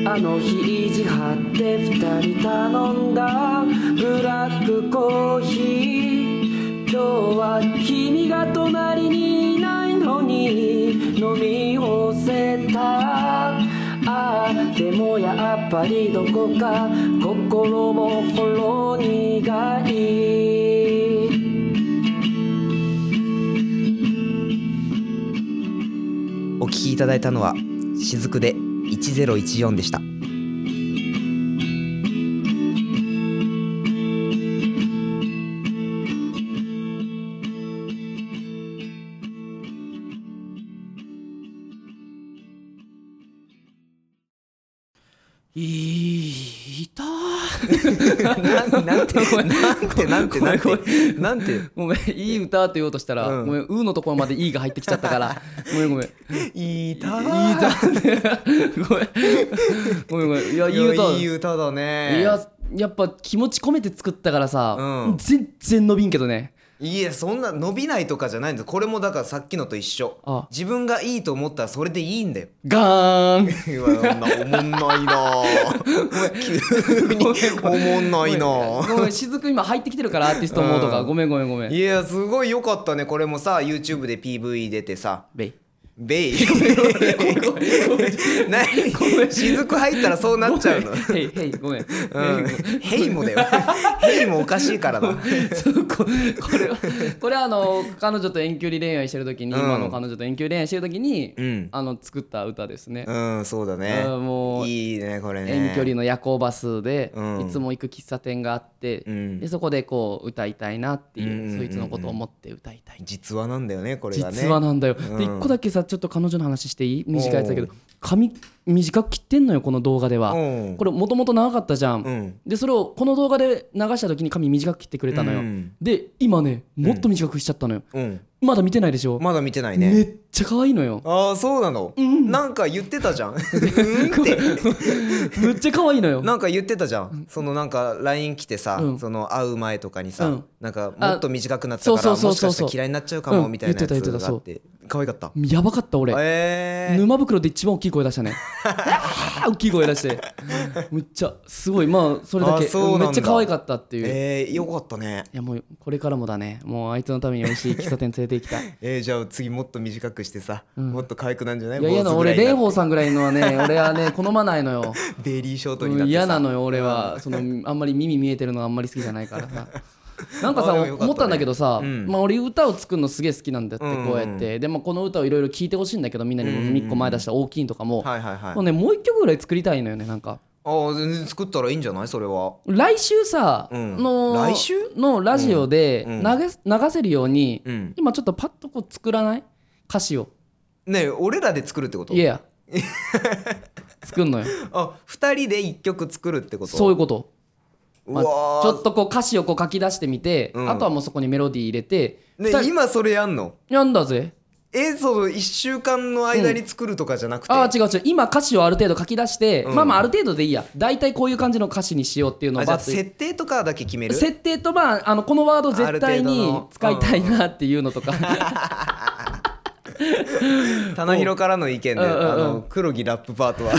S1: あの日意地張って二人頼んだブラックコーヒー今日は君が隣にいないのに飲み干せたああでもやっぱりどこか心もほろ苦い
S2: お聞きいただいたのは、雫で1014でした。
S1: いいた
S2: なんなんてなんてなんてなんてなんて
S1: ごめんいい歌って言おうとしたら、
S2: うん
S1: ごめんうーのところまでいいが入ってきちゃったから ごめんごめん
S2: いいた
S1: いい歌ごめん ごめんごめんいやい
S2: い
S1: い歌
S2: やいい歌だね
S1: いややっぱ気持ち込めて作ったからさ、
S2: うん
S1: 全然伸びんけどね
S2: いやそんな伸びないとかじゃないんですこれもだからさっきのと一緒
S1: あ
S2: 自分がいいと思ったらそれでいいんだよ
S1: ガーン
S2: うわなおもんな いな急におもんないな
S1: ごめん雫今入ってきてるからアーティストもとか、
S2: うん
S1: ごめんごめんごめん
S2: いやすごい良かったねこれもさ YouTube で PV 出てさ
S1: べい
S2: ベイ 何雫入ったらそうなっちゃうの
S1: ごめん へいへいごめん、
S2: うんヘイもだよヘイもおかしいからな
S1: そうここれはこれはあの彼女と遠距離恋愛してる時に、
S2: うん
S1: 今の彼女と遠距離恋愛してる時に、
S2: うん
S1: あの作った歌ですね、
S2: うんそうだね
S1: うんもう
S2: いいねこれね
S1: 遠距離の夜行バスで、
S2: うん
S1: いつも行く喫茶店があって、
S2: うん
S1: でそこでこう歌いたいなっていう,、
S2: うんうんうんうん
S1: そいつのことを思って歌いたい、
S2: 実話なんだよねこれがね
S1: 実はなんだよ、
S2: うん
S1: で一個だけさちょっと彼女の話していい短いやつだけど
S2: おう
S1: 髪短く切ってんのよこの動画では、
S2: うん
S1: これもともと長かったじゃん、
S2: うん
S1: でそれをこの動画で流した時に髪短く切ってくれたのよ、
S2: うん
S1: で今ねもっと短くしちゃったのよ、
S2: うん
S1: まだ見てないでしょ、
S2: まだ見てない
S1: め
S2: ね
S1: っちゃ可愛いのよ
S2: ああそうなのなんか言って たじゃんうんって
S1: めっちゃ可愛いのよ
S2: なんか言ってたじゃんそのなんか LINE 来てさ
S1: うん
S2: その会う前とかに
S1: う
S2: さ
S1: ん
S2: なんかもっと短くなった
S1: あ
S2: か
S1: そ
S2: ら
S1: うそ
S2: も
S1: う
S2: し
S1: そうそう
S2: かしたら嫌いになっちゃうかも
S1: うん
S2: みたいなやつ
S1: 言ってた言ってた
S2: があって可愛かった
S1: やばかった俺
S2: えー
S1: 沼袋で一番大きい声出した ね大きい声出してむっちゃすごいまあそれだけ
S2: あそうなんだ
S1: めっちゃ可愛かったっていう、い
S2: えーよかったね
S1: やもうこれからもだねもうあいつのために美味しい喫茶店連れて行き たいい
S2: えーじゃあ次もっと短くしてさもっと可愛くなんじゃない
S1: やいや
S2: 坊主
S1: な
S2: ぐら
S1: 俺
S2: いにな
S1: 蓮舫さんぐらいのは ね俺はね好まないのよ
S2: ベリーショートに
S1: う
S2: なっ
S1: ん
S2: て
S1: 嫌
S2: さ
S1: なのよ俺はそのあんまり耳見えてるのあんまり好きじゃないから さなんかさ
S2: あでもよかったね
S1: 思ったんだけどさ、
S2: うん
S1: まあ、俺歌を作るのすげえ好きなんだって
S2: うんうん
S1: こうやって、で、まあ、この歌をいろいろ聴いてほしいんだけどみんなにも1個前出した「大きい」とかも、
S2: はいはいはい
S1: もうねもう一曲ぐらい作りたいのよねなんか
S2: ああ全然作ったらいいんじゃないそれは
S1: 来週さ、
S2: うん
S1: の
S2: 来週
S1: のラジオで
S2: うん
S1: 流す流せるように、
S2: うん
S1: 今ちょっとパッとこう作らない歌詞を
S2: ねえ俺らで作るってこと
S1: いや作ん のよ
S2: あ二人で一曲作るってこと
S1: そういううこと、
S2: う
S1: まあ
S2: わ
S1: ち
S2: ー
S1: ょっとこう歌詞をこう書き出してみて、
S2: うん
S1: あとはもうそこにメロディー入れて、
S2: ね
S1: 二人
S2: 今それやんの
S1: やんだぜ
S2: えその一週間の間に作るとかじゃなくて、
S1: ああ違う違う今歌詞をある程度書き出して、
S2: うん
S1: まあまあある程度でいいや大体こういう感じの歌詞にしようっていうのを
S2: あじゃあ
S1: バッと
S2: 設定とかだけ決める
S1: 設定とまああのこのワード絶対
S2: ある程度
S1: に
S2: の
S1: 使いたいなっていうのとか、
S2: 棚広からの意見で、
S1: うんうんうん
S2: あの黒木ラップパートは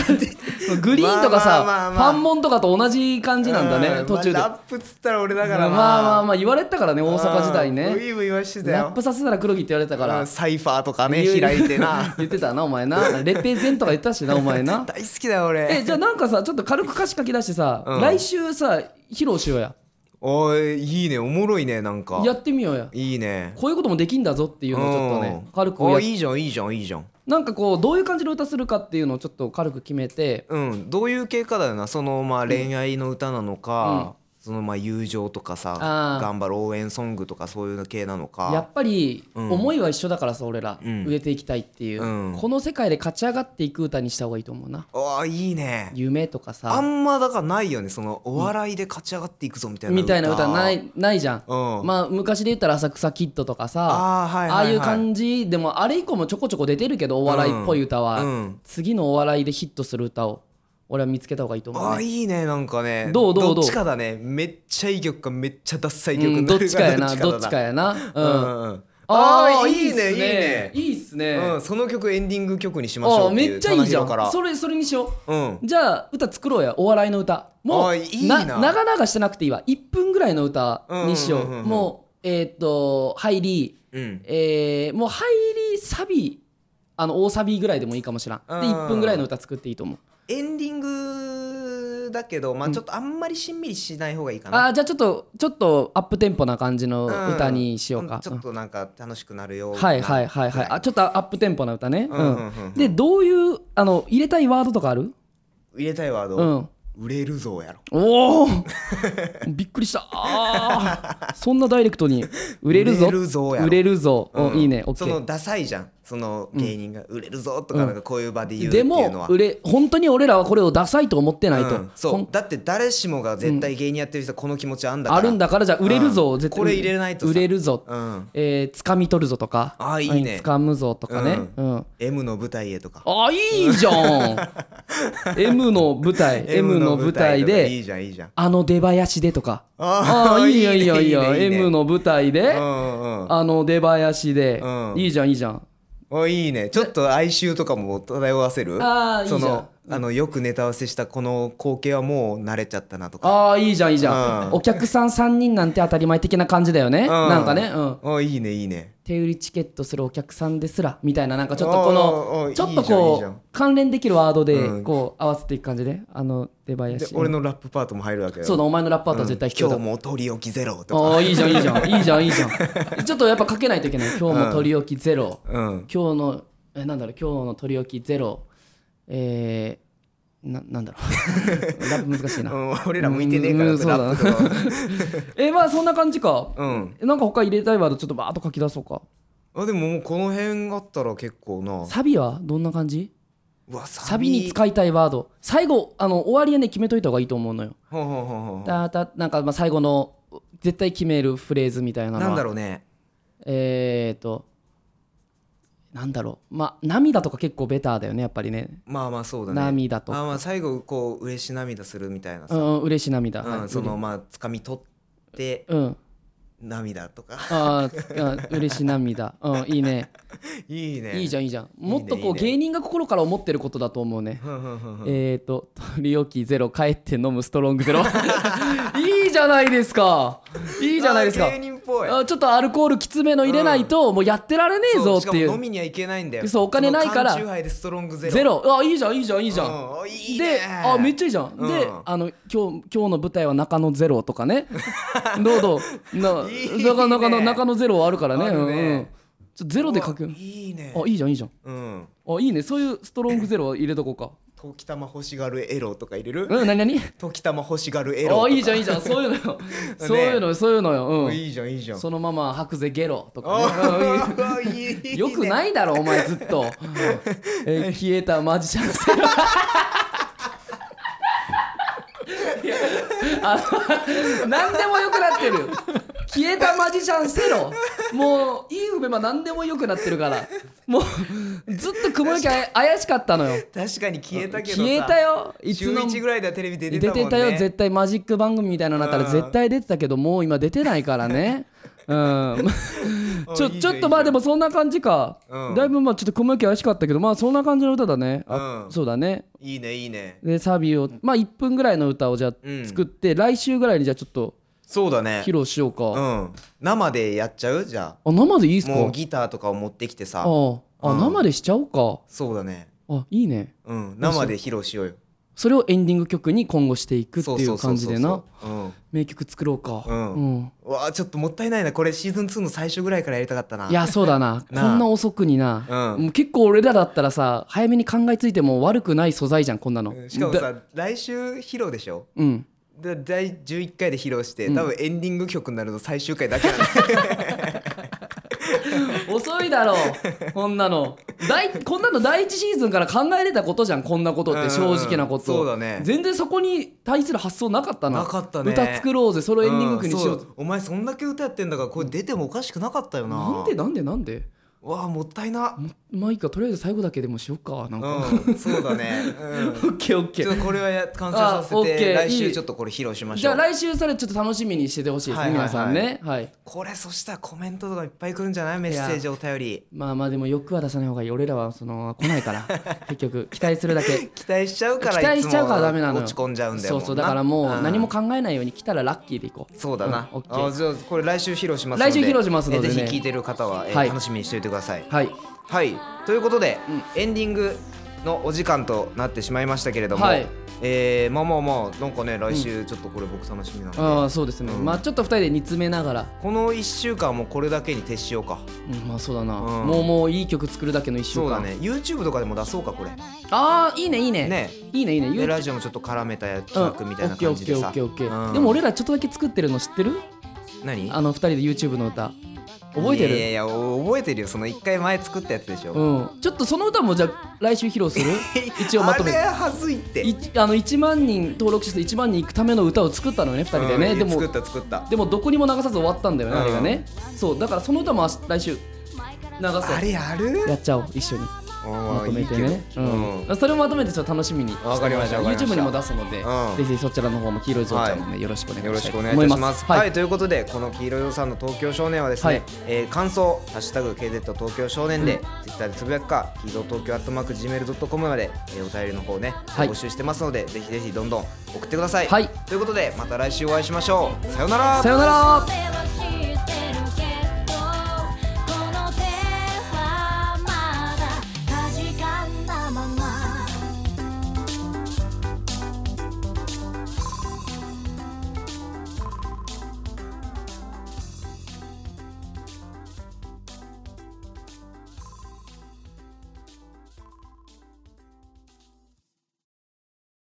S1: グリーンとかさ、
S2: まあまあまあまあ
S1: ファンモンとかと同じ感じなんだね、
S2: うん
S1: 途中で、
S2: まあラップっつったら俺だ
S1: ま
S2: か
S1: あ、
S2: らな
S1: まあまあ言われてたからね大阪時代
S2: うんブ
S1: ね
S2: イブイはしてたよ
S1: ラップさせたら黒木って言われてたか
S2: う
S1: ら
S2: んサイファーとかね開いてな
S1: 言ってたなお前なレペゼンとか言ってた しなお前な
S2: 大好きだよ
S1: え
S2: 俺
S1: じゃあなんかさちょっと軽く歌詞書き出してさ、
S2: うん
S1: 来週さ披露しようや
S2: おいいいねおもろいねなんか
S1: やってみようや
S2: いいね
S1: こういうこともできんだぞっていうのをちょっとね
S2: うん
S1: 軽くや
S2: あいいじゃんいいじゃんいいじゃん
S1: なんかこうどういう感じの歌するかっていうのをちょっと軽く決めて
S2: うんどういう系かだよなそのまあ恋愛の歌なのか、そのまあ友情とかさ
S1: あー
S2: 頑張る応援ソングとかそういうの系なの
S1: や
S2: か
S1: っぱり
S2: うん
S1: 思いは一緒だからさ俺ら
S2: うん
S1: 植えていきたいっていう、
S2: うん
S1: この世界で勝ち上がっていく歌にした方がいいと思うな
S2: ああいいね
S1: 夢とか
S2: あ
S1: さ
S2: んまだからないよねそのお笑いで勝ち上がっていくぞみたいな
S1: みたいな歌ないないじゃん、
S2: うん
S1: まあ昔で言ったら浅草キッドとかさ
S2: あーはい
S1: あ
S2: は
S1: あ
S2: い、はい
S1: い、う感じでもあれ以降もちょこちょこ出てるけどお笑いっぽい歌は、
S2: うん
S1: 次のお笑いでヒットする歌を俺は見つけた方がいいと思う
S2: ああ
S1: ね
S2: いいねなんかね
S1: どうどうどう
S2: っちかだねめっちゃいい曲かめっちゃダッサい曲、
S1: うん、どっちかやな
S2: だ
S1: どっちかやな
S2: う
S1: うんん
S2: うんうん
S1: あ
S2: あ
S1: あ
S2: あ
S1: い
S2: い
S1: い
S2: い
S1: っ
S2: ね
S1: す
S2: い
S1: ね
S2: いね
S1: いいっすね
S2: うん、その曲エンディング曲にしまし
S1: ああ
S2: ょうっていう
S1: めっちゃいいじゃ
S2: 棚広か
S1: ん
S2: ら
S1: それそれにしよ
S2: うん
S1: うじゃあ歌作ろうやお笑いの歌も
S2: あ
S1: う
S2: ーいいな
S1: 長々してなくていいわ1分ぐらいの歌にしよ
S2: うんうんう
S1: う
S2: んうん
S1: もうえーっと入り
S2: うん
S1: えーもう入りサビあの大サビぐらいでもいいかもしらんで
S2: うん
S1: 1分ぐらいの歌作っていいと思う
S2: エンディングだけど、まあ、ちょっとあんまりしんみりしない方がいいかな。
S1: あーじゃあちょっとちょっとアップテンポな感じの歌にしようか
S2: んちょっとなんか楽しくなるような。
S1: はいはいはいはいあちょっとアップテンポな歌ね
S2: うんうんうんうん
S1: でどういうあの入れたいワードとかある
S2: 入れたいワード、
S1: うん
S2: 売れるぞやろ。
S1: おお びっくりしたあーそんなダイレクトに売れるぞ
S2: 売れるぞやろ
S1: 売れるぞお
S2: うん
S1: いいね
S2: そ
S1: OK
S2: のダサいじゃん。その芸人が売れるぞとかなんかこういう場で言うってい
S1: で
S2: うの
S1: も
S2: は、
S1: 売れ本当に俺らはこれをダサいと思ってないと、
S2: うんそうだって誰しもが絶対芸人やってる人はこの気持ちあんだから
S1: あるんだからじゃあ売れるぞ、
S2: うん
S1: 絶対
S2: これ入れないとさ
S1: 売れるぞ、
S2: うん
S1: えー、掴み取るぞとか
S2: あーいいね
S1: うん掴むぞとかね、
S2: う
S1: うん
S2: M の舞台へとか
S1: あいいじゃ ん M の舞台 M の舞台
S2: とかい
S1: で
S2: いじゃんいいじゃん
S1: あの出囃子でと か
S2: あー
S1: あーいいよいいよいい
S2: いい
S1: よ
S2: ねいいね
S1: M の舞台
S2: う
S1: で
S2: んうんうん
S1: あの出囃子で
S2: うん
S1: いいじゃんいいじゃん
S2: おいいねちょっと哀愁とかも漂わせる
S1: あーいいじゃ
S2: そ
S1: ん
S2: のあのよくネタ合わせしたこの光景はもう慣れちゃったなとか
S1: あーいいじゃんいいじゃ
S2: うんん
S1: お客さん3人なんて当たり前的な感じだよね、なんかねうん
S2: あいいねいいね
S1: 手売りチケットするお客さんですらみたいななんかちょっとこ
S2: おーお
S1: の
S2: ー
S1: ちょっ
S2: い
S1: と
S2: いじゃんいい
S1: こ
S2: じゃ
S1: うん関連できるワード
S2: う
S1: で
S2: ん
S1: こう合わせていく感じであの出囃
S2: で
S1: 子
S2: 俺のラップパートも入るわけよ
S1: そうだお前のラップアートは絶対必要
S2: 今
S1: だ
S2: 日も取り置きゼロとか
S1: ああいいじゃんいいじゃ んいいじゃんいいじゃんちょっとやっぱかけないといけない今日も取り置きゼロ、
S2: うん
S1: 今日のえなんだろう今日の取り置きゼロえー、ななんだろ うラップ難しいな、
S2: うん俺ら向いてねえから
S1: うんそうだな
S2: ラップとかは
S1: えまあそんな感じか、
S2: うん
S1: なんか他入れたいワードちょっとバーッと書き出そうか
S2: あでももうこの辺あったら結構な
S1: サビはどんな感じ
S2: うわサ
S1: サビに使いたいワード最後あの終わりはね決めといた方がいいと思うのよ
S2: ほうほうほうほう
S1: だだなんかまあ最後の絶対決めるフレーズみたいなのは
S2: なんだろうね
S1: えー、となんだろうまあ涙とか結構ベターだよねやっぱりね
S2: まあまあそうだね
S1: 涙と
S2: あ
S1: か、
S2: まあ最後こう嬉し涙するみたいな
S1: う
S2: さ、
S1: ん、嬉しい涙、
S2: うん
S1: はい
S2: そのまあ掴み取って
S1: うん
S2: 涙とか
S1: あーうん嬉しい涙うんいいね
S2: いい ね
S1: いいじ
S2: ゃ
S1: ゃ
S2: ん
S1: んいいじゃんもっと
S2: い
S1: こ
S2: いうね
S1: 芸人が心から思ってることだと思うね
S2: ふんふんふんふん
S1: えーと「取り置きゼロ帰って飲むストロングゼロ」 いいじゃないですかいいじゃないです
S2: あ
S1: か
S2: ー芸人っぽい
S1: あちょっとアルコールきつめの入れないと、もうやってられねえぞ
S2: そう
S1: っ
S2: してか
S1: い
S2: も
S1: う
S2: 飲みには行けないんだよ
S1: そうお金ないから
S2: その缶チューハイでストロングゼロ
S1: ゼロあいいじゃんいいじゃんいいじゃん、
S2: うんいいね
S1: であめっちゃいいじゃん、
S2: うん
S1: であの今日今日の舞台は中野ゼロとかね どうどう な中中野中野ゼロはあるからね
S2: あ
S1: う
S2: るね
S1: んうんちょゼロで書く
S2: うわいいね
S1: あいいじゃんいいじゃん
S2: うん
S1: あいいねそういうストロングゼロは入れとこうか
S2: 時たま欲しがるエロとか入れる
S1: うん何何
S2: 時たま欲しがるエロとか
S1: あいいじゃんいいじゃんそういうの よ、そういうのよそういうのよ、うん、
S2: いいじゃんいいじゃん
S1: そのまま白ぜゲロとか、ねうん いい
S2: あーいいね
S1: よくないだろお前ずっと、 えー消えたマジシャンセロいや あの何でもよくなってる消えたマジシャンセロもういい梅は何でもよくなってるからもうずっと雲行きあや怪しかったのよ
S2: 確かに消えたけどさ
S1: 消えたよいつ
S2: 週
S1: の
S2: 1ぐらいではテレビ出てた
S1: 出
S2: もんね
S1: てたよ絶対マジック番組みたいなのだったら
S2: うん
S1: 絶対出てたけどもう今出てないから ねうんちょ
S2: いいじゃん
S1: ちょっとまあでもそんな感じか、
S2: うん
S1: だいぶまあちょっと雲行き怪しかったけどまあそんな感じの歌だね、あ
S2: うん
S1: そうだね
S2: いいねいいね
S1: でサビをまあ1分ぐらいの歌をじゃあ
S2: うん
S1: 作って、来週ぐらいにじゃあちょっと
S2: そうだね
S1: 披露しよう
S2: う
S1: か、
S2: ん生でやっちゃうじゃ
S1: あ生でいいっす
S2: あ
S1: か
S2: もうギターとかを持ってきてさ
S1: あああ、
S2: うん
S1: 生でしちゃおうか
S2: そうだね
S1: あいいね
S2: うん生で披露しようよ
S1: それをエンディング曲に今後していくって
S2: そう
S1: い
S2: そううそ
S1: 感
S2: う
S1: じ
S2: そう
S1: でな
S2: うん
S1: 名曲作ろうか
S2: うん
S1: うん
S2: うわあちょっともったいないなこれシーズン2の最初ぐらいからやりたかったない
S1: やそうだな
S2: な
S1: こ
S2: あ
S1: んな遅くにな、
S2: うん
S1: もう結構俺らだったらさ早めに考えついても悪くない素材じゃんこんなの、
S2: うんしかも
S1: だ
S2: さ来週披露でしょ
S1: うん
S2: で第11回で披露して多分エンディング曲になるの最終回だ けなんだよ
S1: 遅いだろうこんなの第こんなの第一シーズンから考えれたことじゃんこんなことって正直なこと、
S2: うんそうだね
S1: 全然そこに対する発想なかったな
S2: なかったね
S1: 歌作ろうぜそれをエンディング曲にしよう,、
S2: んそお前そんだけ歌やってんだからこれ出てもおかしくなかったよな
S1: なんでなんでなんで
S2: わあもったいな
S1: まあいいかとりあえず最後だけでもしよっかなんか、
S2: うんそうだね、う
S1: オッケーオッ
S2: ん、
S1: ケ
S2: ちょ
S1: ー
S2: っとこれはや完成さ
S1: あオ
S2: せ
S1: ッケ
S2: て
S1: ー
S2: 来
S1: い
S2: 週
S1: い
S2: ちょっとこれ披露しまし
S1: じ
S2: ょ
S1: ゃあ
S2: う
S1: 来週それちょっと楽しみにしててほしいですね、
S2: はいはいはい
S1: 皆さんねはい
S2: これそしたらコメントとかいっぱい来るんじゃないメッセージお便り
S1: まあまあでも欲は出さない方がいい俺らはその来ない から結局期待するだけ
S2: 期待しちゃうから
S1: 期待しちゃうからダメなのよ
S2: いつも落ち込んじゃうんだよ
S1: そうそうだからもう何も
S2: ん
S1: 考えないように来たらラッキーでいこう
S2: そうだな、
S1: うんオッケー
S2: あじゃあこれ来週披露しますので
S1: 来週披露しますのでね
S2: えぜひ聞いてる方は、えー
S1: はい
S2: 楽しみにしておいてください
S1: はい
S2: はいということで、エンディングのお時間となってしまいましたけれども、
S1: はい
S2: えーまあまあまあなんかね来週ちょっとこれ僕楽しみなので、
S1: ああそうですね、
S2: うん
S1: まあちょっと2人で煮詰めながら、
S2: この1週間はもうこれだけに徹しようか
S1: うん、まあそうだな、
S2: うん
S1: もうもういい曲作るだけの1週間
S2: そうだね YouTube とかでも出そうかこれ
S1: ああいいねいいね
S2: ね
S1: いいねいいね
S2: で
S1: YouTube
S2: ラジオもちょっと絡めた企画みたいな感じでさ、
S1: うんオッケーオッケーオッケーオッケー
S2: うん
S1: でも俺らちょっとだけ作ってるの知ってる
S2: 何
S1: あの2人で YouTube の歌覚えて
S2: いやい
S1: る
S2: や覚えてるよその一回前作ったやつでしょ、
S1: うんちょっとその歌もじゃあ来週披露す る一応まとめ
S2: あれはずいって
S1: いあの1万人登録者数1万人いくための歌を作ったのよね2人でね、
S2: うん
S1: でも
S2: 作った作った
S1: でもどこにも流さず終わったんだよね、
S2: うん
S1: あれがねそうだからその歌も明日来週流
S2: あれやる
S1: そうやっちゃおう一緒にま
S2: ま
S1: とめてねうんそれをまとめてちょっと楽しみにして
S2: わかりましたわかりました
S1: YouTube にも出すので、
S2: うん
S1: ぜひぜひそちらの方も黄色いぞうちゃんもね、
S2: はい
S1: よろしくお願
S2: よ
S1: い
S2: ろ
S1: し
S2: し
S1: た
S2: くお
S1: いと
S2: 願いい
S1: 思い
S2: た
S1: ま
S2: し
S1: す
S2: ます。はい、ということでこの黄色い予算の東京少年はですね、
S1: はい
S2: えー感想ハッシュタグ KZ 東京少年で、Twitter でつぶやくか、黄色東京アットマーク gmail ドットコムまで、えーお便りの方ね、
S1: はい
S2: 募集してますのでぜひぜひどんどん送ってください。
S1: はい
S2: ということでまた来週お会いしましょう。さようなら。
S1: さようなら
S4: 「